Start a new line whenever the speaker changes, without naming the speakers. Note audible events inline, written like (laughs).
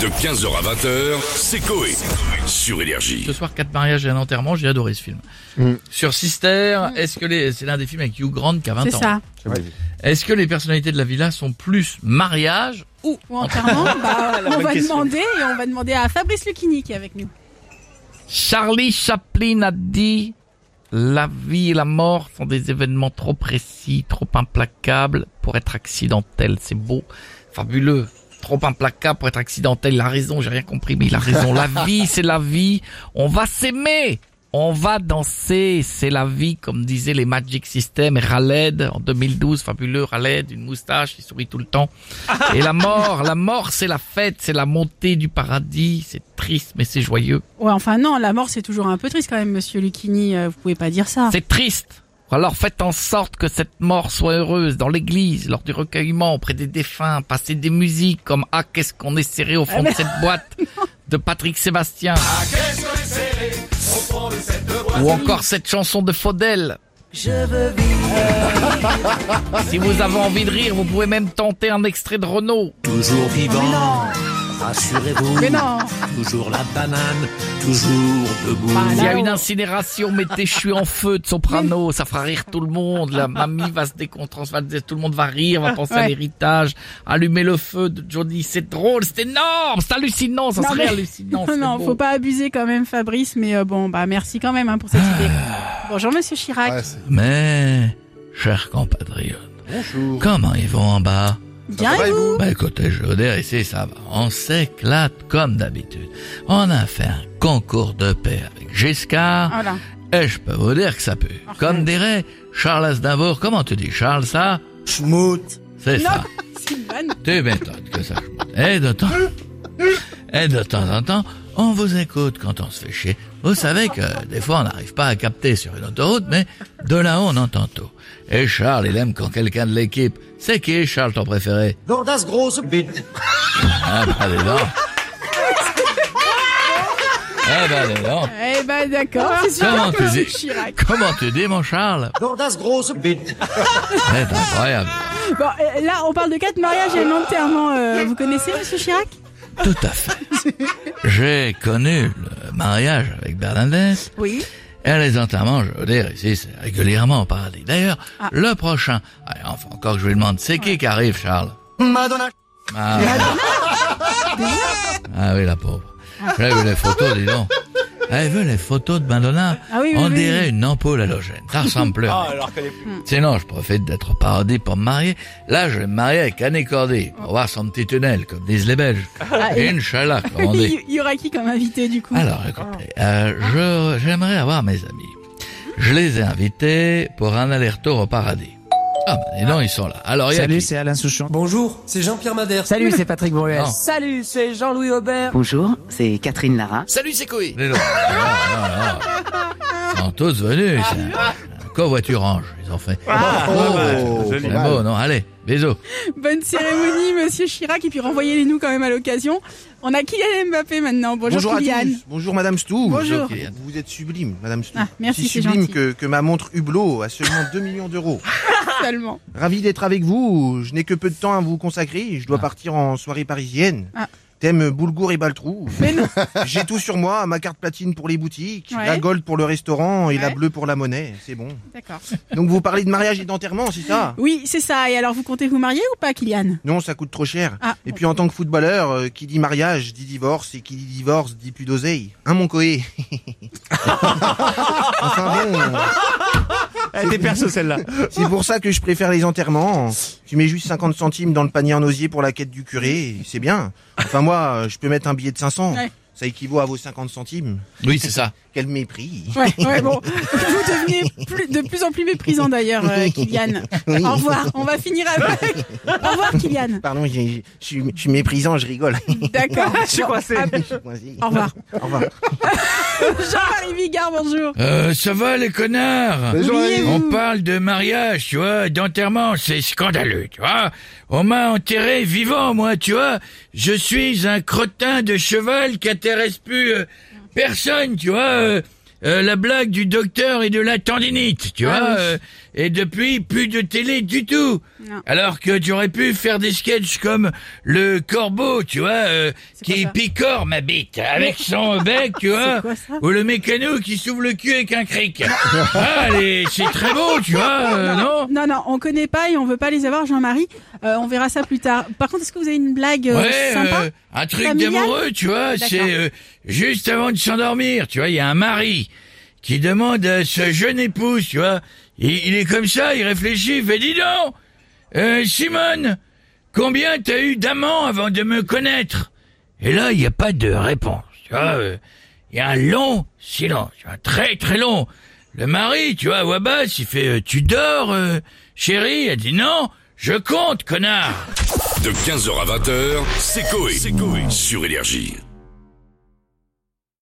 De 15h à 20h, c'est Coé. Sur Énergie.
Ce soir, quatre mariages et un enterrement, j'ai adoré ce film. Sur Sister, est-ce que les, c'est l'un des films avec Hugh Grant qui a 20
Mm. C'est
ans.
ça.
Est-ce que les personnalités de la villa sont plus mariage ou
Ou enterrement, bah, on va demander et on va demander à Fabrice Lucchini qui est avec nous.
Charlie Chaplin a dit la vie et la mort sont des événements trop précis, trop implacables pour être accidentels. C'est beau, fabuleux. Trop implacable pour être accidentel. Il a raison, j'ai rien compris, mais il a raison. La vie, c'est la vie. On va s'aimer. On va danser. C'est la vie, comme disaient les Magic System et Khaled en 2012. Fabuleux, Khaled, une moustache, il sourit tout le temps. Et la mort, la mort, c'est la fête, c'est la montée du paradis. C'est triste, mais c'est joyeux.
Ouais, enfin non, la mort c'est toujours un peu triste quand même, monsieur Lucchini, euh, vous pouvez pas dire ça.
C'est triste. Alors faites en sorte que cette mort soit heureuse dans l'église, lors du recueillement, auprès des défunts, passez des musiques comme Ah qu'est-ce qu'on est serré au fond de cette boîte de Patrick Sébastien. Ou encore cette chanson de Faudel. (laughs) si vous avez envie de rire, vous pouvez même tenter un extrait de Renault.
Toujours vivant, rassurez-vous,
Mais non
toujours la banane, toujours debout.
Voilà.
Il y a une incinération, mettez je suis en feu de soprano, ça fera rire tout le monde, la mamie va se décontrasser, tout le monde va rire, va penser à
Ouais.
l'héritage, allumer le feu de Johnny, c'est drôle, c'est énorme, c'est hallucinant, ça
Non,
serait
mais-
hallucinant.
(laughs) Non,
c'est
(laughs) non,
beau.
faut pas abuser quand même Fabrice, mais euh, bon, bah merci quand même hein, pour cette idée. Bonjour monsieur Chirac.
Mais, chers compatriotes, comment ils vont en bas
Bien et vous
Bah écoutez, je veux dire, ici ça va. On s'éclate comme d'habitude. On a fait un concours de paix avec Giscard.
Voilà.
Et je peux vous dire que ça pue. Comme dirait Charles Aznavour, comment tu dis Charles ça C'est
Non,
ça.
c'est une vanne.
Tu m'étonnes que ça schmoute. Et de temps, et de temps en temps, on vous écoute quand on se fait chier. Vous savez que euh, des fois on n'arrive pas à capter sur une autoroute, mais de là-haut on entend tout. Et Charles, il aime quand quelqu'un de l'équipe. C'est qui Charles ton préféré
Dordas grosse bite.
Ah bah dis donc. Ah bah dis donc.
Eh ben d'accord, c'est
Comment
sûr que
tu
monsieur
dis
Chirac.
Comment tu dis mon Charles
Dordas grosse bite.
C'est incroyable.
Bon, euh, là on parle de quatre mariages et un enterrement, euh, vous connaissez monsieur Chirac
Tout à fait. J'ai connu le mariage avec Bernadette.
Oui.
Et les enterrements, je veux dire, ici, c'est régulièrement au paradis. D'ailleurs,
Ah.
le prochain. Allez, enfin, encore que je lui demande, c'est qui qui arrive, Charles
Madonna.
ah, ah oui, la pauvre. J'ai vu les photos, dis donc. J'ai vu les photos de Madonna.
Ah oui, oui,
On
oui.
dirait une ampoule halogène. Ça ressemble plus. à rien. Sinon, je profite d'être au paradis pour me marier. Là, je vais me marier avec Annie Cordy. Pour voir son petit tunnel, comme disent les Belges.
Ah, et-
Inch'Allah, comme on
(laughs)
dit.
Il y aura qui comme invité du coup
Alors, écoutez, euh, je- j'aimerais avoir mes amis. Je les ai invités pour un aller-retour au paradis. Ah, bah, dis donc, ils sont là. Alors, il y a
Salut,
qui
c'est Alain Souchon.
Bonjour, c'est Jean-Pierre Madère.
Salut, c'est Patrick Bruel.
Non.
Salut, c'est Jean-Louis Aubert.
Bonjour, c'est Catherine Lara.
Dis donc. Non, non, non. Ils sont tous venus. C'est un- un covoiturange, ils ont fait. Oh,
Ah, ouais,
c'est beau, non Allez, bisous.
Bonne cérémonie,
Ah.
monsieur Chirac, et puis renvoyez-les-nous quand même à l'occasion. On a Kylian Mbappé maintenant. Bonjour,
à
Kylian.
tous. Bonjour Madame Stou.
Bonjour.
Kylian.
Vous êtes sublime, Madame Stou.
Ah, merci,
si
c'est
sublime
gentil.
que, que ma montre Hublot a seulement 2 millions d'euros.
Seulement.
Ravi d'être avec vous. Je n'ai que peu de temps à vous consacrer. Je dois partir en soirée parisienne.
Ah.
Thème Boulgour et Baltrou.
Mais non.
(laughs) J'ai tout sur moi, ma carte platine pour les boutiques,
Ouais.
la gold pour le restaurant et la
Ouais.
bleue pour la monnaie. C'est bon.
D'accord.
Donc vous parlez de mariage et d'enterrement, c'est ça
Oui, c'est ça. Et alors, vous comptez vous marier ou pas, Kylian
Non, ça coûte trop cher.
Ah.
Et puis en tant que footballeur, euh, qui dit mariage dit divorce et qui dit divorce dit plus d'oseille. Hein mon coé (laughs) Enfin bon, euh,
Elle était perso celle-là.
(laughs) c'est pour ça que je préfère les enterrements. Tu mets juste 50 centimes dans le panier en osier pour la quête du curé, c'est bien. Enfin moi, euh, je peux mettre un billet de 500.
Ouais.
Ça équivaut à vos 50 centimes.
Oui, c'est ça.
Quel mépris
Ouais, ouais, bon. Vous devenez plus- de plus en plus méprisant d'ailleurs, euh, Kylian.
Oui.
Au revoir. On va finir avec. Au revoir, Kylian.
Pardon, j'ai- j'ai- je suis- je suis méprisant, je rigole. (laughs)
D'accord.
Je suis coincé.
Au revoir.
Au revoir.
Jean-Marie Vigard, bonjour.
Euh, ça va, les connards On
Oubliez-vous.
parle de mariage, tu vois, d'enterrement, c'est scandaleux, tu vois. On m'a enterré vivant, moi, tu vois. Je suis un crottin de cheval qui intéresse plus euh, personne, tu vois. Euh, euh, la blague du docteur et de la tendinite, tu vois.
Ah oui.
euh, Et depuis, plus de télé du tout.
Non.
Alors que tu aurais pu faire des sketchs comme le corbeau, tu vois, euh,
C'est quoi
qui
ça
picore ma bite
(laughs)
avec son bec, tu vois.
quoi ça
Ou le mécano qui s'ouvre le cul avec un cric. ah, les- c'est très beau, tu vois, euh, non
Non, non, on connaît pas et on veut pas les avoir, Jean-Marie. Euh, on verra ça plus tard. Par contre, est-ce que vous avez une blague euh,
Ouais,
sympa
euh, un truc
Familial
d'amoureux, tu vois,
D'accord.
c'est euh, juste avant de s'endormir, tu vois, il y a un mari qui demande à sa jeune épouse, tu vois, il, il est comme ça, il réfléchit, il fait, dis donc, euh, Simone, combien t'as eu d'amants avant de me connaître Et là, il n'y a pas de réponse, tu vois, euh, il y a un long silence, tu vois, très très long. Le mari, tu vois, à voix basse, il fait, euh, tu dors, euh, chérie Elle dit, non, je compte, connard
De 15h à 20h, c'est Coé. Sur Énergie.